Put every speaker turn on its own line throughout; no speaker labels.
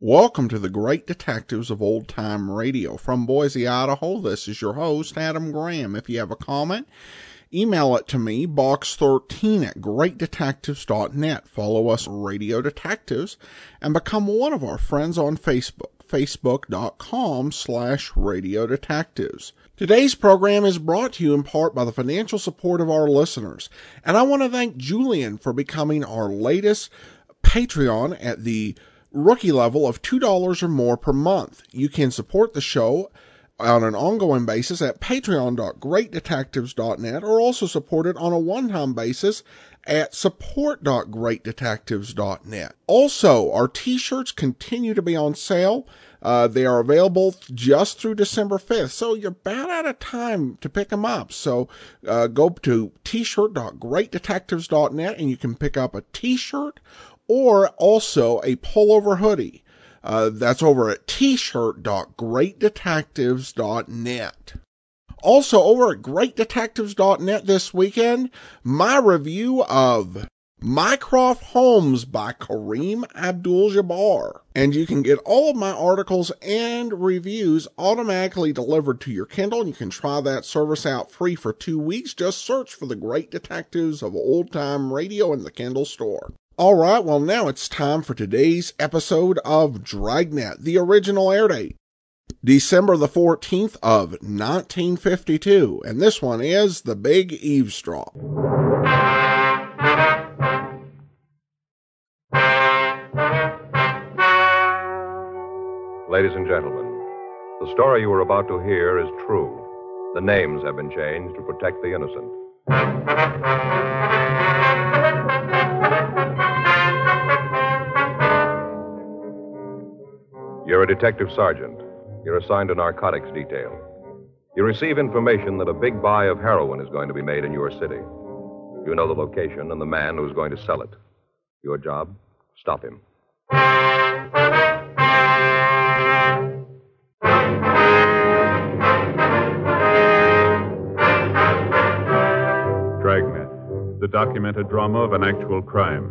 Welcome to the Great Detectives of Old Time Radio. From Boise, Idaho, this is your host, Adam Graham. If you have a comment, email it to me, box13 at greatdetectives.net. Follow us, Radio Detectives, and become one of our friends on Facebook, facebook.com slash radio detectives. Today's program is brought to you in part by the financial support of our listeners. And I want to thank Julian for becoming our latest Patreon at the rookie level of $2 or more per month. You can support the show on an ongoing basis at patreon.greatdetectives.net or also support it on a one-time basis at support.greatdetectives.net. Also, our t-shirts continue to be on sale. Uh, they are available just through December 5th, so you're about out of time to pick them up. So uh, go to t-shirt.greatdetectives.net and you can pick up a t-shirt or also a pullover hoodie. Uh, that's over at t-shirt.greatdetectives.net. Also over at greatdetectives.net this weekend, my review of Mycroft Holmes by Kareem Abdul-Jabbar. And you can get all of my articles and reviews automatically delivered to your Kindle. You can try that service out free for two weeks. Just search for the great detectives of old time radio in the Kindle store. All right, well, now it's time for today's episode of Dragnet, the original air date, December the 14th of 1952. And this one is The Big Eavesdrop.
Ladies and gentlemen, the story you are about to hear is true. The names have been changed to protect the innocent. You're a detective sergeant. You're assigned to narcotics detail. You receive information that a big buy of heroin is going to be made in your city. You know the location and the man who's going to sell it. Your job? Stop him.
Dragnet, the documented drama of an actual crime.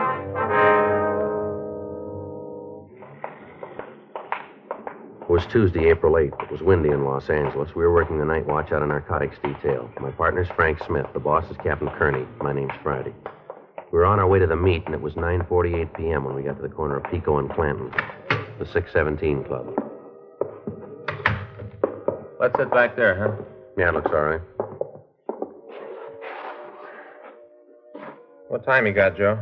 It was Tuesday, April 8th. It was windy in Los Angeles. We were working the night watch out of narcotics detail. My partner's Frank Smith. The boss is Captain Kearney. My name's Friday. We were on our way to the meet, and it was 9.48 p.m. when we got to the corner of Pico and Clanton, the 617 Club.
Let's sit back there, huh?
Yeah, it looks all right.
What time you got, Joe?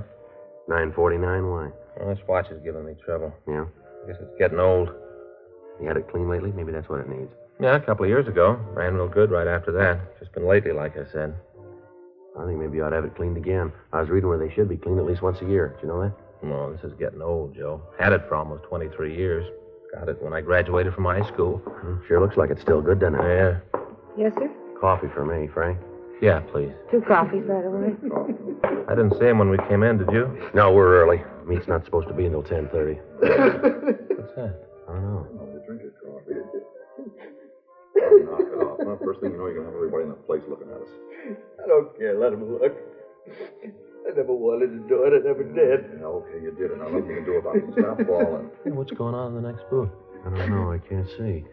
9.49, why?
Well, this watch is giving me trouble.
Yeah.
Guess it's getting old.
You had it clean lately? Maybe that's what it needs.
Yeah, a couple of years ago. Ran real good right after that. Just been lately, like I said.
I think maybe you ought to have it cleaned again. I was reading where they should be cleaned at least once a year. Do you know that?
No, this is getting old, Joe. Had it for almost 23 years. Got it when I graduated from high school.
Hmm, Sure looks like it's still good, doesn't it?
Yeah.
Yes, sir.
Coffee for me, Frank.
Yeah, please.
Two coffees right away.
I didn't see him when we came in, did you?
No, we're early. Meet's not supposed to be until 10.30.
What's that?
I don't know.
Drink your coffee. Knock it off. Now, first thing you know, you're going to have everybody in the place looking at us.
I don't care. Let him look. I never wanted to do it. I never did.
Mm, Yeah, okay, you did it. Now, nothing you can do about it. Stop bawling.
Hey, what's going on in the next booth?
I don't know. I can't see.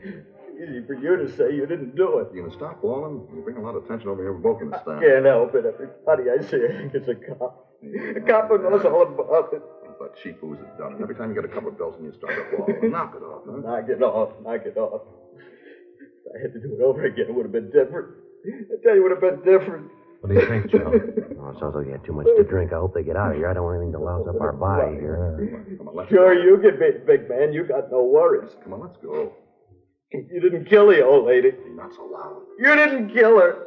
Easy for you to say you didn't do it.
You can stop bawling. You bring a lot of attention over here with Boken this time.
Can't help it. Everybody I see, I think it's a cop. A cop who knows all about it.
But she boos it done. And every time you get a couple of bells and you start to bawl, knock it off, huh?
Knock it off. Knock it off. If I had to do it over again, it would have been different. I tell you, it would have been different.
What do you think, Joe?
Oh, it sounds like you had too much to drink. I hope they get out of here. I don't want anything to louse up our body here.
Come on, let's
Sure, you can be big man. You got no worries.
Come on, let's go.
You didn't kill the old lady.
Be not so loud.
You didn't kill her.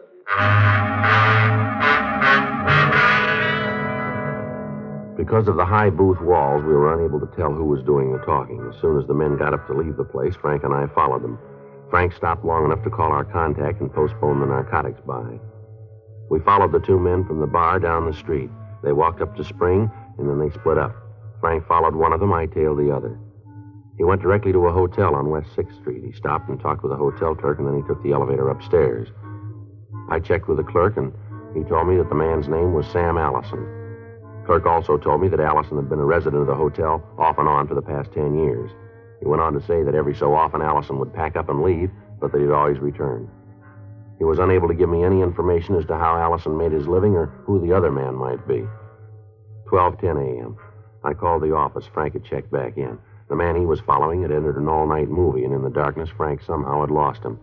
Because of the high booth walls, we were unable to tell who was doing the talking. As soon as the men got up to leave the place, Frank and I followed them. Frank stopped long enough to call our contact and postpone the narcotics buy. We followed the two men from the bar down the street. They walked up to Spring, and then they split up. Frank followed one of them, I tailed the other. He went directly to a hotel on West 6th Street. He stopped and talked with a hotel clerk, and then he took the elevator upstairs. I checked with the clerk, and he told me that the man's name was Sam Allison. Clerk also told me that Allison had been a resident of the hotel off and on for the past ten years. He went on to say that every so often Allison would pack up and leave, but that he'd always return. He was unable to give me any information as to how Allison made his living or who the other man might be. 12:10 a.m. I called the office. Frank had checked back in. The man he was following had entered an all-night movie, and in the darkness, Frank somehow had lost him.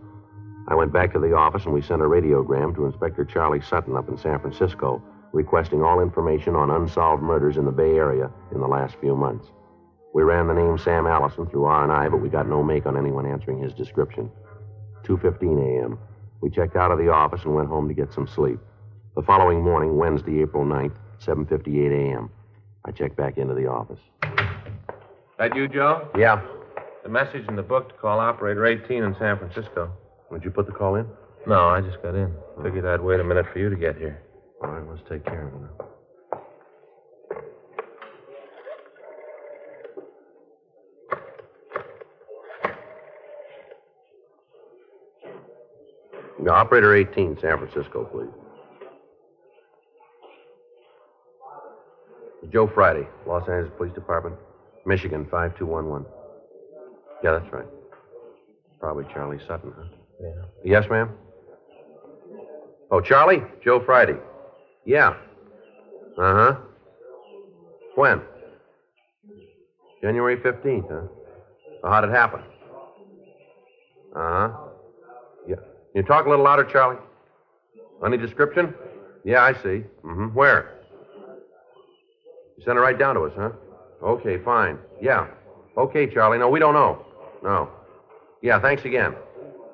I went back to the office, and we sent a radiogram to Inspector Charlie Sutton up in San Francisco, requesting all information on unsolved murders in the Bay Area in the last few months. We ran the name Sam Allison through R&I, but we got no make on anyone answering his description. 2.15 a.m. We checked out of the office and went home to get some sleep. The following morning, Wednesday, April 9th, 7.58 a.m., I checked back into the office.
That you, Joe?
Yeah.
The message in the book to call operator 18 in San Francisco.
Would you put the call in?
No, I just got in. Figured I'd wait a minute for you to get here.
All right, let's take care of it now. Yeah, operator 18, San Francisco, please. Joe Friday, Los Angeles Police Department, Michigan 5211. Yeah, that's right. Probably Charlie Sutton, huh?
Yeah.
Yes, ma'am. Oh, Charlie? Joe Friday. Yeah. Uh huh. When? January 15th, huh? Well, how'd it happen? Uh huh. Yeah. You talk a little louder, Charlie? Any description? Yeah, I see. Mm hmm. Where? You sent it right down to us, huh? Okay, fine. Yeah. Okay, Charlie. No, we don't know. No. Yeah, thanks again.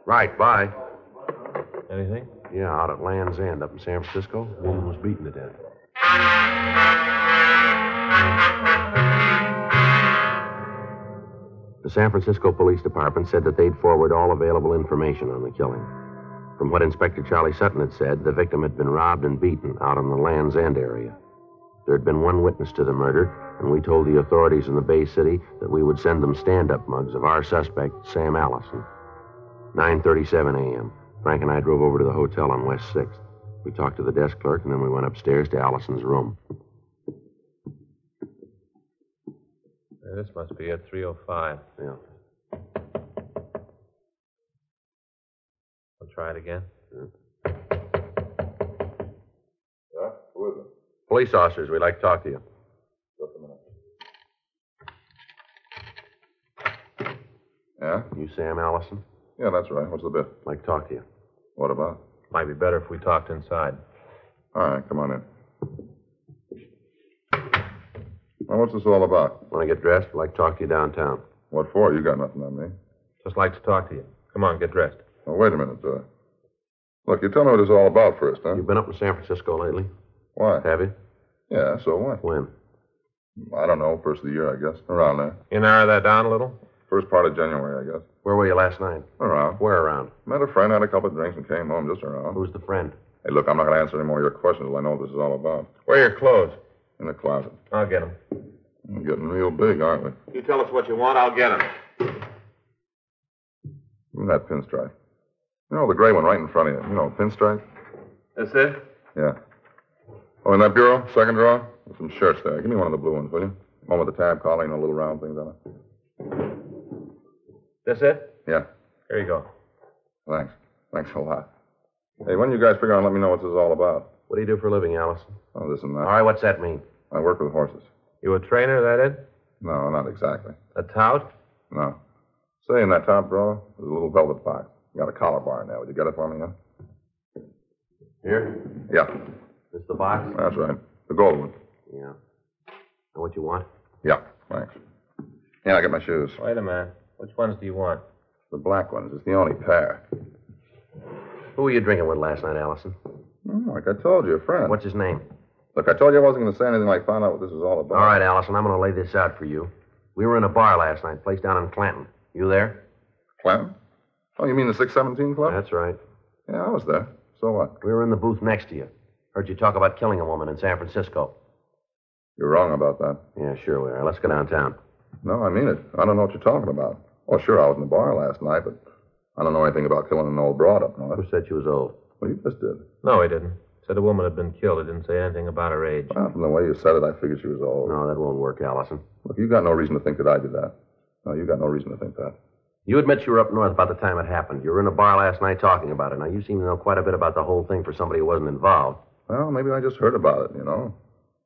Right, bye.
Anything?
Yeah, out at Land's End up in San Francisco, a woman was beaten to death. The San Francisco Police Department said that they'd forward all available information on the killing. From what Inspector Charlie Sutton had said, the victim had been robbed and beaten out in the Land's End area. There had been one witness to the murder, and we told the authorities in the Bay City that we would send them stand-up mugs of our suspect, Sam Allison. 9.37 a.m. Frank and I drove over to the hotel on West 6th. We talked to the desk clerk, and then we went upstairs to Allison's room.
Uh, Yeah, this must be at 305.
Yeah.
I'll try it again.
Yeah? Who is it?
Police officers, we'd like to talk to you.
Just a minute. Yeah?
You Sam Allison?
Yeah, that's right. What's the bit?
Like to talk to you.
What about?
Might be better if we talked inside.
All right, come on in. Now, what's this all about?
Want to get dressed? Like to talk to you downtown.
What for? You got nothing on me.
Just like to talk to you. Come on, get dressed.
Now, wait a minute. Uh, look, you tell me what it's all about first, huh?
You've been up in San Francisco lately,
Why?
have you?
Yeah, so what?
When?
I don't know. First of the year, I guess. Around there.
You narrow that down a little?
First part of January, I guess.
Where were you last night?
Around.
Where around?
Met a friend, had a couple of drinks, and came home just around.
Who's the friend?
Hey, look, I'm not going to answer any more of your questions till I know what this is all about.
Where are your clothes?
In the closet.
I'll get them.
We're getting real big, aren't we?
You tell us what you want, I'll get them.
Look at that pinstripe. You know, the gray one right in front of you. You know, pinstripe?
That's it?
Yeah. Oh, in that bureau, second drawer, there's some shirts there. Give me one of the blue ones, will you? One with the tab collar and the little round things on it.
That's it?
Yeah,
Here you go.
thanks. Thanks a lot. Hey, when you guys figure out and let me know what this is all about?
What do you do for a living, Allison?
Oh, this and
All
that.
right, what's that mean?
I work with horses.
You a trainer, that it?
No, not exactly.
A tout?
No. Say, in that top drawer, there's a little velvet box. You got a collar bar in there. Would you get it for me, huh?
Here?
Yeah,
This the box?
that's right. The gold one.
Yeah. And what you want?
Yeah, thanks. Yeah, I got my shoes.
Wait a minute. Which ones do you want?
The black ones. It's the only pair.
Who were you drinking with last night, Allison?
Hmm, like I told you, a friend.
What's his name?
Look, I told you I wasn't going to say anything like find out what this is all about.
All right, Allison, I'm going to lay this out for you. We were in a bar last night, place down in Clanton. You there?
Clem? Oh, you mean the 617 Club?
That's right.
Yeah, I was there. So what?
We were in the booth next to you. Heard you talk about killing a woman in San Francisco.
You're wrong about that.
Yeah, sure we are. Let's go downtown.
No, I mean it. I don't know what you're talking about. Oh, sure, I was in the bar last night, but I don't know anything about killing an old broad up north.
Who said she was old?
Well, you just did.
No, he didn't. Said a woman had been killed. He didn't say anything about her age.
Well, Ah, from the way you said it, I figured she was old.
No, that won't work, Allison.
Look, you got no reason to think that I did that. No, you got no reason to think that.
You admit you were up north about the time it happened. You were in a bar last night talking about it. Now, you seem to know quite a bit about the whole thing for somebody who wasn't involved.
Well, maybe I just heard about it, you know.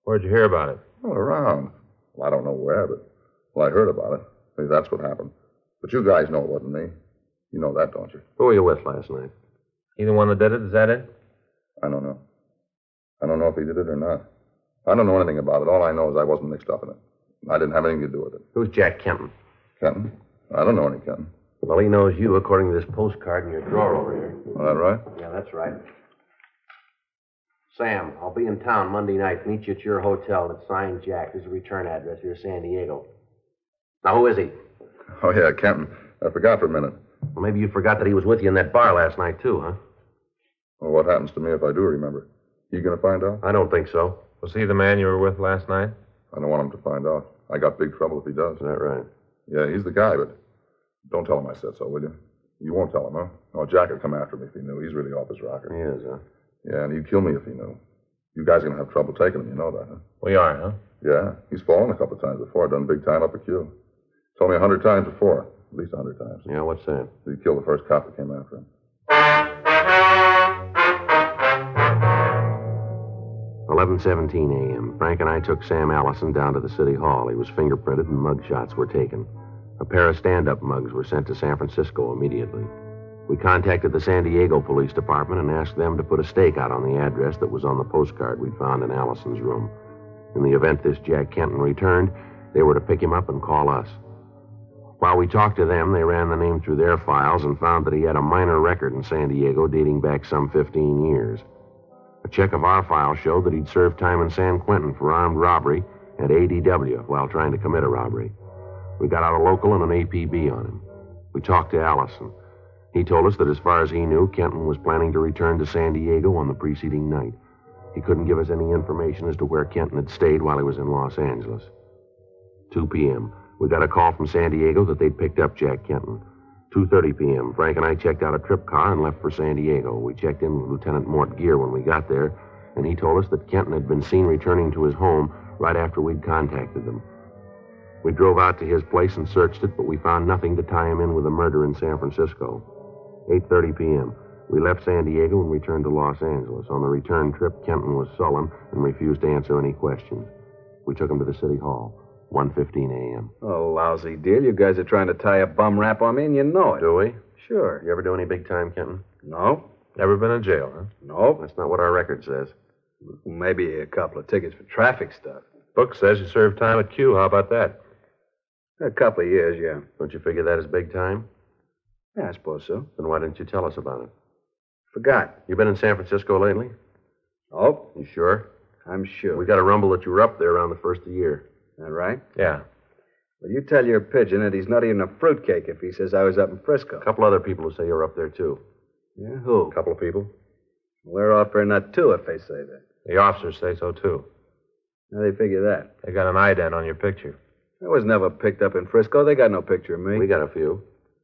Where'd you hear about it?
Well, around. Well, I don't know where, but well, I heard about it. Maybe that's what happened. But you guys know it wasn't me. You know that, don't you?
Who were you with last night?
He the one that did it? Is that it?
I don't know. I don't know if he did it or not. I don't know anything about it. All I know is I wasn't mixed up in it. I didn't have anything to do with it.
Who's Jack Kenton?
Kenton? I don't know any Kenton.
Well, he knows you according to this postcard in your drawer over here.
Is that right?
Yeah, that's right. Sam, I'll be in town Monday night. Meet you at your hotel. It's signed Jack. There's a return address here, San Diego. Now, who is he?
Oh, yeah, Kenton. I forgot for a minute.
Well, maybe you forgot that he was with you in that bar last night, too, huh?
Well, what happens to me if I do remember? You gonna find out?
I don't think so.
Was he the man you were with last night?
I don't want him to find out. I got big trouble if he does.
Is that right?
Yeah, he's the guy, but don't tell him I said so, will you? You won't tell him, huh? No, Jack would come after me if he knew. He's really off his rocker.
He is, huh?
Yeah, and he'd kill me if he knew. You guys are gonna have trouble taking him, you know that, huh?
We are, huh?
Yeah, he's fallen a couple of times before, done big time up a queue. Told me a hundred times before, at least a hundred times.
Yeah, what's that?
He killed the first cop that came after him.
Eleven seventeen a.m. Frank and I took Sam Allison down to the city hall. He was fingerprinted and mug shots were taken. A pair of stand-up mugs were sent to San Francisco immediately. We contacted the San Diego Police Department and asked them to put a stakeout on the address that was on the postcard we found in Allison's room. In the event this Jack Kenton returned, they were to pick him up and call us. While we talked to them, they ran the name through their files and found that he had a minor record in San Diego dating back some 15 years. A check of our file showed that he'd served time in San Quentin for armed robbery at ADW while trying to commit a robbery. We got out a local and an APB on him. We talked to Allison. He told us that as far as he knew, Kenton was planning to return to San Diego on the preceding night. He couldn't give us any information as to where Kenton had stayed while he was in Los Angeles. 2 p.m. We got a call from San Diego that they'd picked up Jack Kenton. 2:30 p.m. Frank and I checked out a trip car and left for San Diego. We checked in with Lieutenant Mort Gear when we got there, and he told us that Kenton had been seen returning to his home right after we'd contacted them. We drove out to his place and searched it, but we found nothing to tie him in with the murder in San Francisco. 8:30 p.m. We left San Diego and returned to Los Angeles. On the return trip, Kenton was sullen and refused to answer any questions. We took him to the city hall. 1:15 a.m.
Oh, lousy deal. You guys are trying to tie a bum rap on me, and you know it.
Do we?
Sure.
You ever do any big time, Kenton?
No?
Never been in jail, huh?
No.
That's not what our record says.
Maybe a couple of tickets for traffic stuff.
Book says you served time at Q. How about that?
A couple of years, yeah.
Don't you figure that as big time?
Yeah, I suppose so.
Then why didn't you tell us about it?
Forgot.
You been in San Francisco lately?
Oh,
You sure?
I'm sure.
We got a rumble that you were up there around the first of the year.
That right?
Yeah.
Well, you tell your pigeon that he's not even a fruitcake if he says I was up in Frisco.
A couple other people who say you were up there too.
Yeah, who?
A couple of people.
Well, they're offering that too if they say that.
The officers say so, too.
How they figure that?
They got an ident on your picture.
I was never picked up in Frisco. They got no picture of me.
We got a few.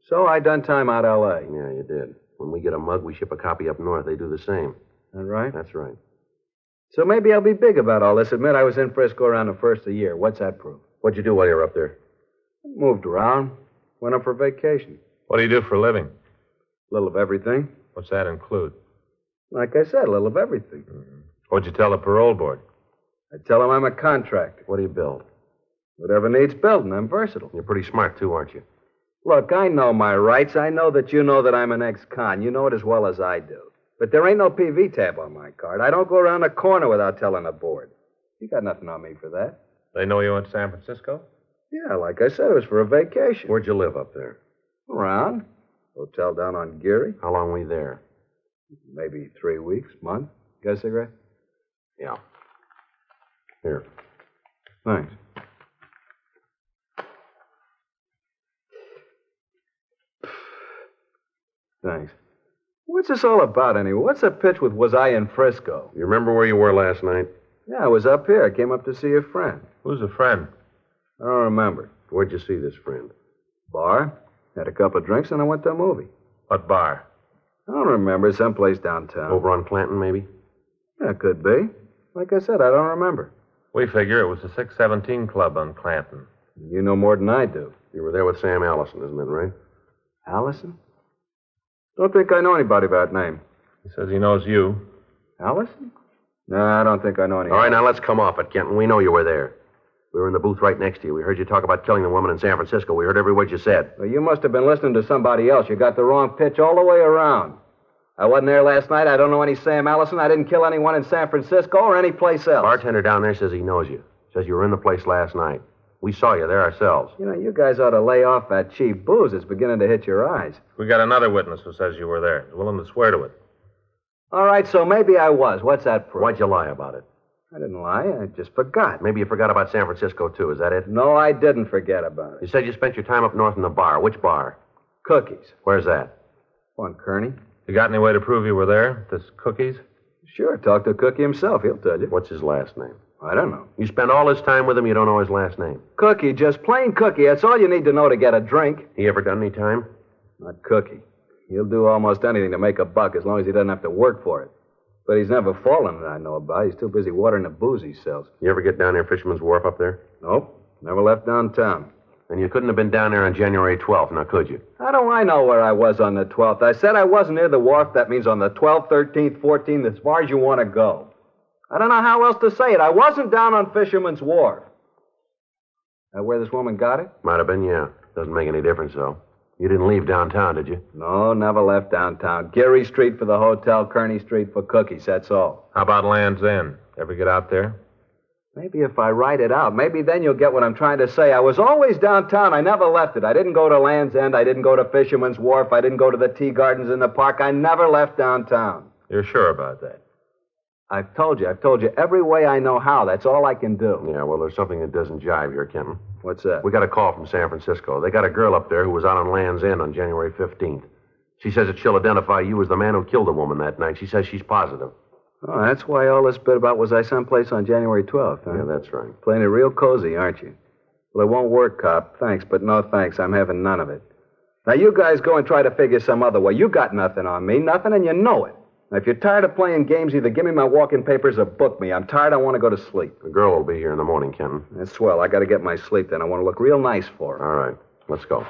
So I done time out L.A.
Yeah, you did. When we get a mug, we ship a copy up north. They do the same.
That right?
That's right.
So maybe I'll be big about all this. Admit I was in Frisco around the first of the year. What's that proof?
What'd you do while you were up there?
Moved around. Went up for vacation.
What do you do for a living?
A little of everything.
What's that include?
Like I said, a little of everything.
What'd you tell the parole board?
I tell them I'm a contractor.
What do you build?
Whatever needs building, I'm versatile.
You're pretty smart too, aren't you?
Look, I know my rights. I know that you know that I'm an ex-con. You know it as well as I do. But there ain't no PV tab on my card. I don't go around the corner without telling the board. You got nothing on me for that.
They know you went to San Francisco?
Yeah, like I said, it was for a vacation.
Where'd you live up there?
around. Hotel down on Geary.
How long were you there?
Maybe three weeks, month. Got a cigarette?
Yeah. Here.
Thanks. Thanks. What's this all about, anyway? What's the pitch with was I in Frisco?
You remember where you were last night?
Yeah, I was up here. I came up to see a friend.
Who's a friend?
I don't remember.
Where'd you see this friend?
Bar. Had a couple of drinks and I went to a movie.
What bar?
I don't remember. Someplace downtown.
Over on Clanton, maybe?
Yeah, it could be. Like I said, I don't remember.
We figure it was the 617 Club on Clanton.
You know more than I do.
You were there with Sam Allison, isn't that right?
Allison? Don't think I know anybody by that name.
He says he knows you.
Allison? No, I don't think I know any.
All right, now let's come off it, Kenton. We know you were there. We were in the booth right next to you. We heard you talk about killing the woman in San Francisco. We heard every word you said.
Well, you must have been listening to somebody else. You got the wrong pitch all the way around. I wasn't there last night. I don't know any Sam Allison. I didn't kill anyone in San Francisco or any place else.
Bartender down there says he knows you. Says you were in the place last night. We saw you there ourselves.
You know, you guys ought to lay off that cheap booze. It's beginning to hit your eyes.
We got another witness who says you were there. He's willing to swear to it.
All right, so maybe I was. What's that proof?
Why'd you lie about it?
I didn't lie. I just forgot.
Maybe you forgot about San Francisco, too. Is that it?
No, I didn't forget about
You
it.
said you spent your time up north in the bar. Which bar?
Cookies.
Where's that?
Come on, Kearney.
You got any way to prove you were there? This cookies?
Sure, talk to Cookie himself. He'll tell you.
What's his last name?
I don't know.
You spent all this time with him, you don't know his last name.
Cookie, just plain Cookie. That's all you need to know to get a drink.
He ever done any time?
Not Cookie. He'll do almost anything to make a buck as long as he doesn't have to work for it. But he's never fallen that I know about. He's too busy watering the booze he sells.
You ever get down near Fisherman's Wharf up there?
Nope. Never left downtown.
And you couldn't have been down there on January 12th, now could you?
How do I know where I was on the 12th? I said I wasn't near the wharf. That means on the 12th, 13th, 14th, as far as you want to go. I don't know how else to say it. I wasn't down on Fisherman's Wharf. That where this woman got it?
Might have been, yeah. Doesn't make any difference, though. You didn't leave downtown, did you?
No, never left downtown. Geary Street for the hotel, Kearney Street for cookies. That's all.
How about Land's End? Ever get out there?
Maybe if I write it out, maybe then you'll get what I'm trying to say. I was always downtown. I never left it. I didn't go to Land's End. I didn't go to Fisherman's Wharf. I didn't go to the tea gardens in the park. I never left downtown.
You're sure about that?
I've told you. I've told you every way I know how. That's all I can do.
Yeah, well, there's something that doesn't jive here, Kenton.
What's that?
We got a call from San Francisco. They got a girl up there who was out on Land's End on January 15th. She says that she'll identify you as the man who killed the woman that night. She says she's positive.
Oh, that's why all this bit about was I someplace on January 12th, huh?
Yeah, that's right.
Playing it real cozy, aren't you? Well, it won't work, cop. Thanks, but no thanks. I'm having none of it. Now, you guys go and try to figure some other way. You got nothing on me, nothing, and you know it. Now, if you're tired of playing games, either give me my walking papers or book me. I'm tired. I want to go to sleep.
The girl will be here in the morning, Kenton.
That's swell. I got to get my sleep then. I want to look real nice for her.
All right, let's go.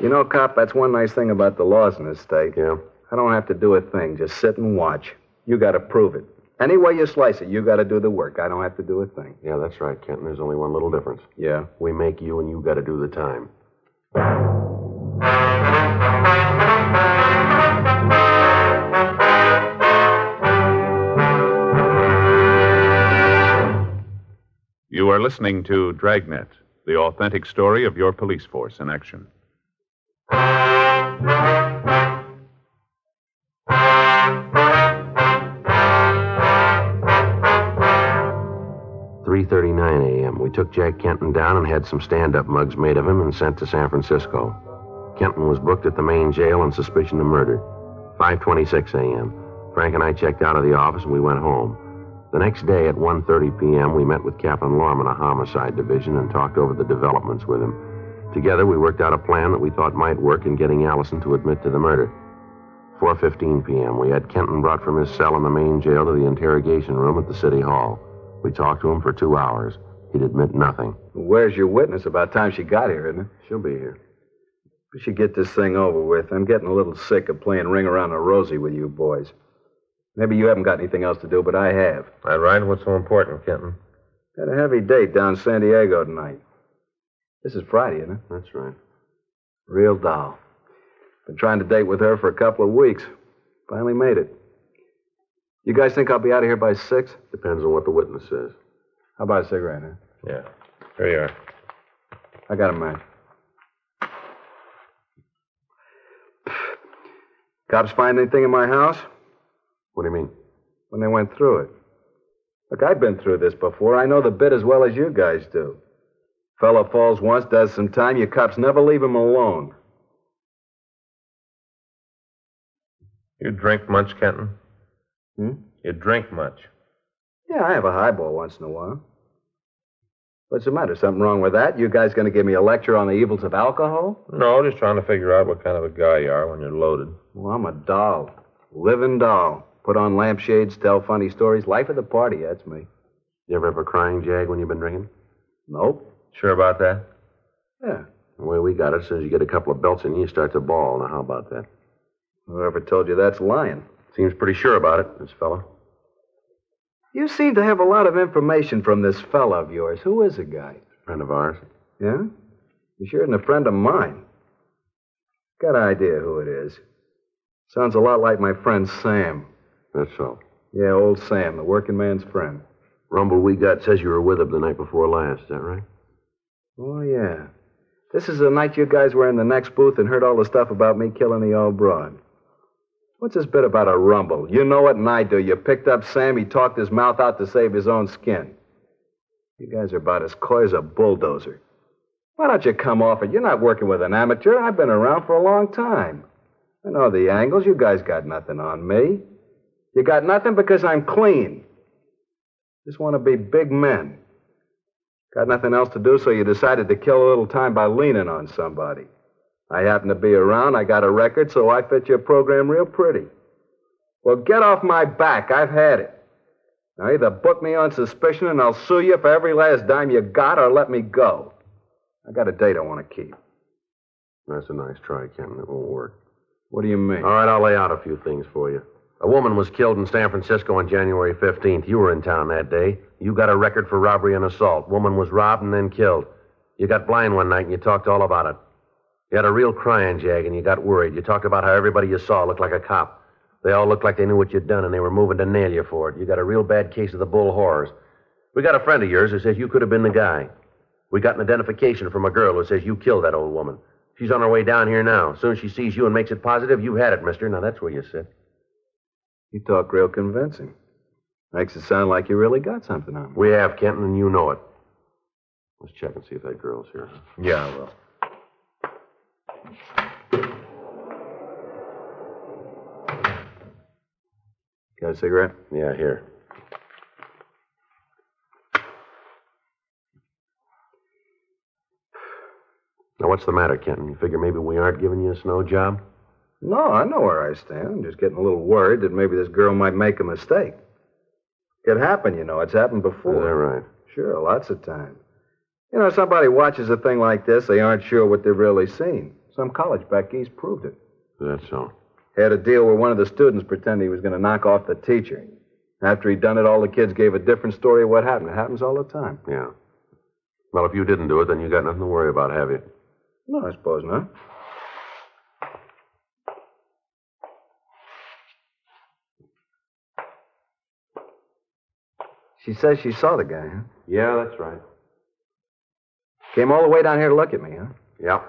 You know, cop, that's one nice thing about the laws in this state.
Yeah.
I don't have to do a thing. Just sit and watch. You got to prove it. Any way you slice it, you got to do the work. I don't have to do a thing.
Yeah, that's right, Kenton. There's only one little difference.
Yeah.
We make you, and you got to do the time.
You are listening to Dragnet, the authentic story of your police force in action.
Three thirty-nine a.m. We took Jack Kenton down and had some stand-up mugs made of him and sent to San Francisco. Kenton was booked at the main jail on suspicion of murder. 5:26 a.m. Frank and I checked out of the office and we went home. The next day at 1:30 p.m., we met with Captain Lorman, a homicide division, and talked over the developments with him. Together, we worked out a plan that we thought might work in getting Allison to admit to the murder. 4:15 p.m., we had Kenton brought from his cell in the main jail to the interrogation room at the city hall. We talked to him for two hours. He'd admit nothing.
Where's your witness? About time she got here, isn't it?
She'll be here.
We should get this thing over with. I'm getting a little sick of playing ring around the rosy with you boys. Maybe you haven't got anything else to do, but I have.
All right, what's so important, Kenton?
Had a heavy date down in San Diego tonight. This is Friday, isn't it?
That's right.
Real doll. Been trying to date with her for a couple of weeks. Finally made it. You guys think I'll be out of here by six?
Depends on what the witness says.
How about a cigarette, huh?
Yeah. Here you are.
I got a match. Cops find anything in my house?
What do you mean?
when they went through it. Look, I've been through this before. I know the bit as well as you guys do. Fella falls once, does some time. You cops never leave him alone.
You drink much, Kenton?
Hmm?
You drink much.
Yeah, I have a highball once in a while. What's the matter? Something wrong with that? You guys going to give me a lecture on the evils of alcohol?
No, just trying to figure out what kind of a guy you are when you're loaded.
Well, I'm a doll. Living doll. Put on lampshades, tell funny stories. Life of the party, that's me.
You ever have a crying jag when you've been drinking?
Nope.
Sure about that?
Yeah.
The way we got it, as soon as you get a couple of belts in you, you start to bawl. Now, how about that?
Whoever told you that's lying.
Seems pretty sure about it, this fella.
You seem to have a lot of information from this fella of yours. Who is the guy?
Friend of ours.
Yeah? You sure isn't a friend of mine. Got an idea who it is. Sounds a lot like my friend Sam.
That's so.
Yeah, old Sam, the working man's friend.
Rumble we got says you were with him the night before last. Is that right?
Oh, yeah. This is the night you guys were in the next booth and heard all the stuff about me killing the old broad. What's this bit about a rumble? You know it and I do. You picked up Sam, he talked his mouth out to save his own skin. You guys are about as coy as a bulldozer. Why don't you come off it? You're not working with an amateur. I've been around for a long time. I know the angles. You guys got nothing on me. You got nothing because I'm clean. Just want to be big men. Got nothing else to do, so you decided to kill a little time by leaning on somebody. I happen to be around. I got a record, so I fit your program real pretty. Well, get off my back. I've had it. Now, either book me on suspicion and I'll sue you for every last dime you got, or let me go. I got a date I want to keep.
That's a nice try, Captain. It won't work.
What do you mean?
All right, I'll lay out a few things for you. A woman was killed in San Francisco on January 15th. You were in town that day. You got a record for robbery and assault. Woman was robbed and then killed. You got blind one night and you talked all about it. You had a real crying jag and you got worried. You talked about how everybody you saw looked like a cop. They all looked like they knew what you'd done and they were moving to nail you for it. You got a real bad case of the bull horrors. We got a friend of yours who says you could have been the guy. We got an identification from a girl who says you killed that old woman. She's on her way down here now. As soon as she sees you and makes it positive, you've had it, mister. Now that's where you sit.
You talk real convincing. Makes it sound like you really got something on me.
We have, Kenton, and you know it. Let's check and see if that girl's here.
Yeah, I will.
Got a cigarette?
Yeah, here. Now, what's the matter, Kenton? You figure maybe we aren't giving you a snow job?
No, I know where I stand. I'm just getting a little worried that maybe this girl might make a mistake. Could happen, you know. It's happened before.
Is that right?
Sure, lots of times. You know, somebody watches a thing like this, they aren't sure what they've really seen. Some college back east proved it.
Is that so?
Had a deal where one of the students pretended he was going to knock off the teacher. After he'd done it, all the kids gave a different story of what happened. It happens all the time.
Yeah. Well, if you didn't do it, then you got nothing to worry about, have you?
No, I suppose not. She says she saw the guy, huh?
Yeah, that's right.
Came all the way down here to look at me, huh?
Yeah.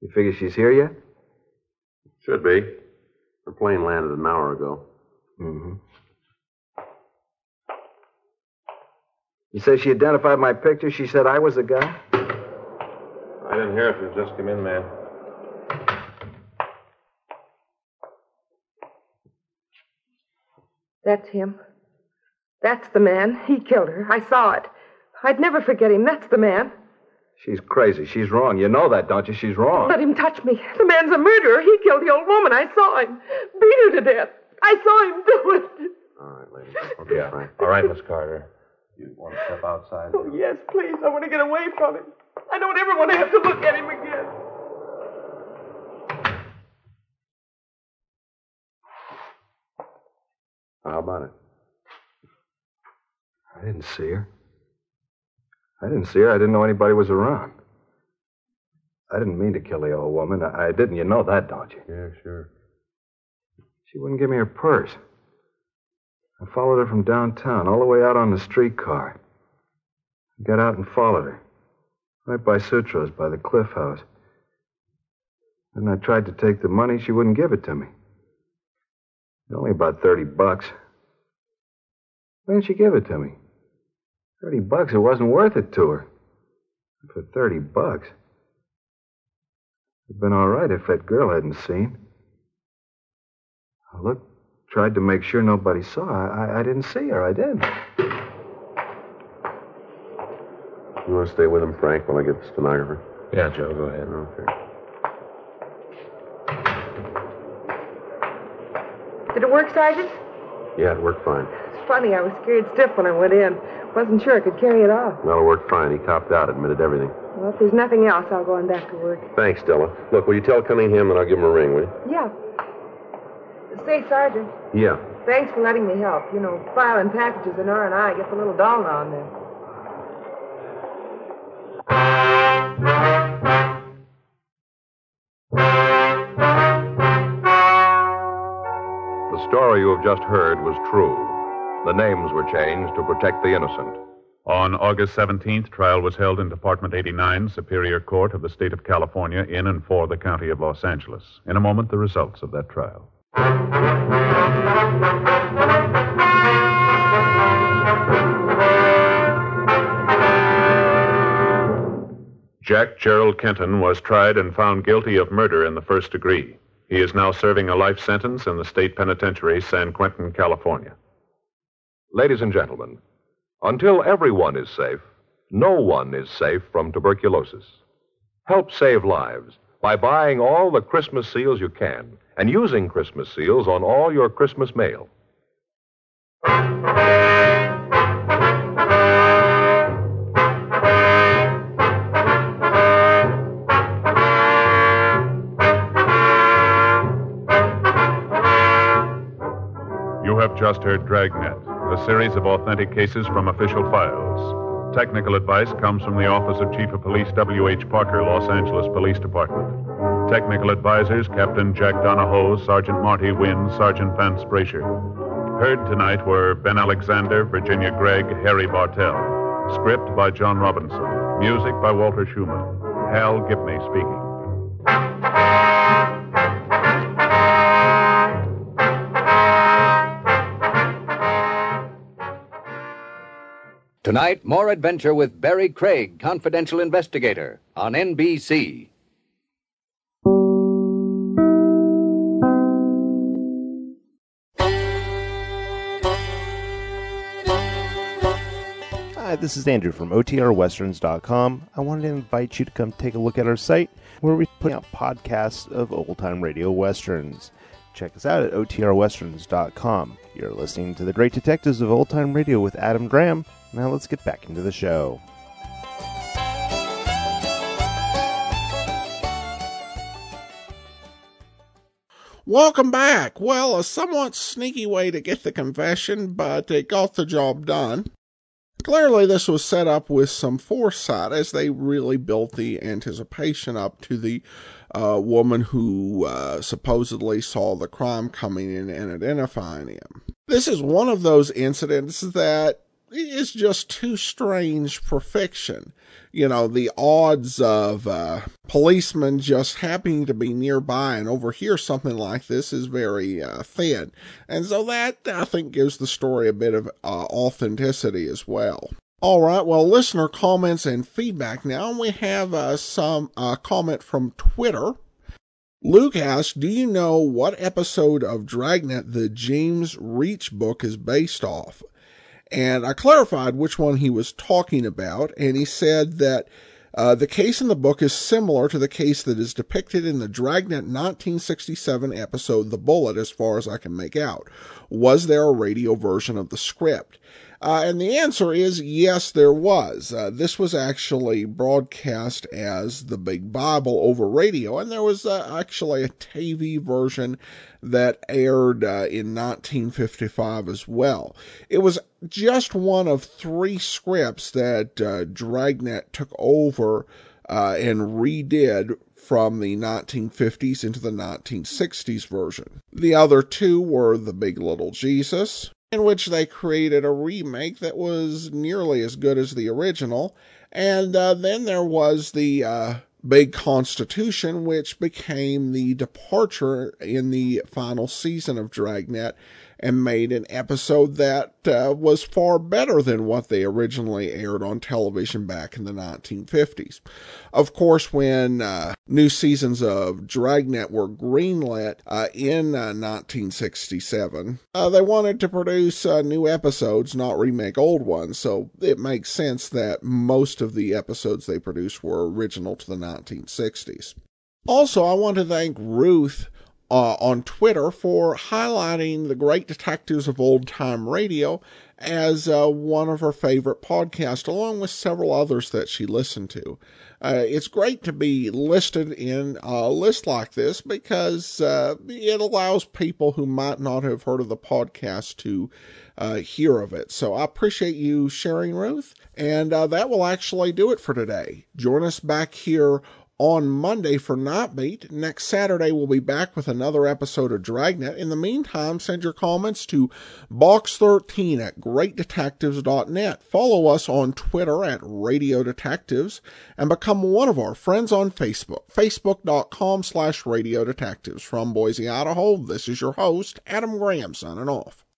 You figure she's here yet?
Should be. Her plane landed an hour ago.
Mm-hmm. You say she identified my picture? She said I was the guy?
I didn't hear if you just come in, man.
That's him. That's the man. He killed her. I saw it. I'd never forget him. That's the man.
She's crazy. She's wrong. You know that, don't you? She's wrong.
Let him touch me. The man's a murderer. He killed the old woman. I saw him. Beat her to death. I saw him do it.
All right, ladies. Okay,
Yeah.
Frank.
All right, Miss Carter. You want to step outside?
Oh, yes, please. I want to get away from him. I don't ever want to have to look at him again.
How about it?
I didn't see her. I didn't see her. I didn't know anybody was around. I didn't mean to kill the old woman. I, I didn't. You know that, don't you?
Yeah, sure.
She wouldn't give me her purse. I followed her from downtown all the way out on the streetcar. I got out and followed her. Right by Sutro's, by the cliff house. Then I tried to take the money. She wouldn't give it to me. It was only about 30 bucks. Why didn't she give it to me? 30 bucks, it wasn't worth it to her. For 30 bucks. It'd been all right if that girl hadn't seen. I looked, tried to make sure nobody saw. I, I didn't see her. I did.
You want to stay with him, Frank, while I get the stenographer?
Yeah, Joe, go ahead.
Okay.
Did it work, Sergeant?
Yeah, it worked fine.
It's funny, I was scared stiff when I went in. Wasn't sure I could carry it off.
Well, it worked fine. He copped out, admitted everything.
Well, if there's nothing else, I'll go on back to work.
Thanks, Della. Look, will you tell Cunningham that I'll give him a ring, will you?
Yeah. Say, Sergeant,
Yeah.
thanks for letting me help. You know, filing packages in R&I gets a little dull now and then.
The story you have just heard was true. The names were changed to protect the innocent.
On August 17th, trial was held in Department 89, Superior Court of the State of California, in and for the County of Los Angeles. In a moment, the results of that trial. Jack Gerald Kenton was tried and found guilty of murder in the first degree. He is now serving a life sentence in the state penitentiary, San Quentin, California.
Ladies and gentlemen, until everyone is safe, no one is safe from tuberculosis. Help save lives by buying all the Christmas seals you can and using Christmas seals on all your Christmas mail.
You have just heard Dragnet, a series of authentic cases from official files. Technical advice comes from the Office of Chief of Police W.H. Parker, Los Angeles Police Department. Technical advisors Captain Jack Donahoe, Sergeant Marty Wynn, Sergeant Vance Brasher. Heard tonight were Ben Alexander, Virginia Gregg, Harry Bartell. Script by John Robinson. Music by Walter Schumann. Hal Gibney speaking.
Tonight, more adventure with Barry Craig, confidential investigator, on NBC.
Hi, this is Andrew from OTRWesterns.com. I wanted to invite you to come take a look at our site where we put out podcasts of old time radio westerns. Check us out at OTRWesterns.com. You're listening to The Great Detectives of Old Time Radio with Adam Graham. Now let's get back into the show.
Welcome back. Well, a somewhat sneaky way to get the confession, but it got the job done. Clearly, this was set up with some foresight as they really built the anticipation up to the uh, woman who uh, supposedly saw the crime coming in and identifying him. This is one of those incidents that is just too strange for fiction. You know, the odds of uh, policemen just happening to be nearby and overhear something like this is very uh, thin. And so that, I think, gives the story a bit of uh, authenticity as well. All right, well, listener comments and feedback now. And we have uh, some uh, comment from Twitter. Luke asks, Do you know what episode of Dragnet the James Reach book is based off? and I clarified which one he was talking about, and he said that uh, the case in the book is similar to the case that is depicted in the Dragnet 1967 episode The Bullet, as far as I can make out. Was there a radio version of the script? Uh, and the answer is yes, there was. Uh, this was actually broadcast as the Big Bible over radio, and there was uh, actually a TV version that aired uh, in 1955 as well. It was just one of three scripts that uh, Dragnet took over uh, and redid from the 1950s into the 1960s version. The other two were The Big Little Jesus, in which they created a remake that was nearly as good as the original, and uh, then there was the uh, Big Constitution, which became the departure in the final season of Dragnet and made an episode that uh, was far better than what they originally aired on television back in the 1950s. Of course, when uh, new seasons of Dragnet were greenlit uh, in 1967, they wanted to produce uh, new episodes, not remake old ones, so it makes sense that most of the episodes they produced were original to the 1960s. Also, I want to thank Ruth uh, on Twitter for highlighting the great detectives of old time radio as uh, one of her favorite podcasts, along with several others that she listened to. Uh, it's great to be listed in a list like this because uh, it allows people who might not have heard of the podcast to uh, hear of it. So I appreciate you sharing, Ruth. And uh, that will actually do it for today. Join us back here on Monday for Nightbeat. Next Saturday, we'll be back with another episode of Dragnet. In the meantime, send your comments to box13 at greatdetectives.net. Follow us on Twitter at Radio Detectives and become one of our friends on Facebook, facebook.com slash Radio Detectives. From Boise, Idaho, this is your host, Adam Graham, signing off.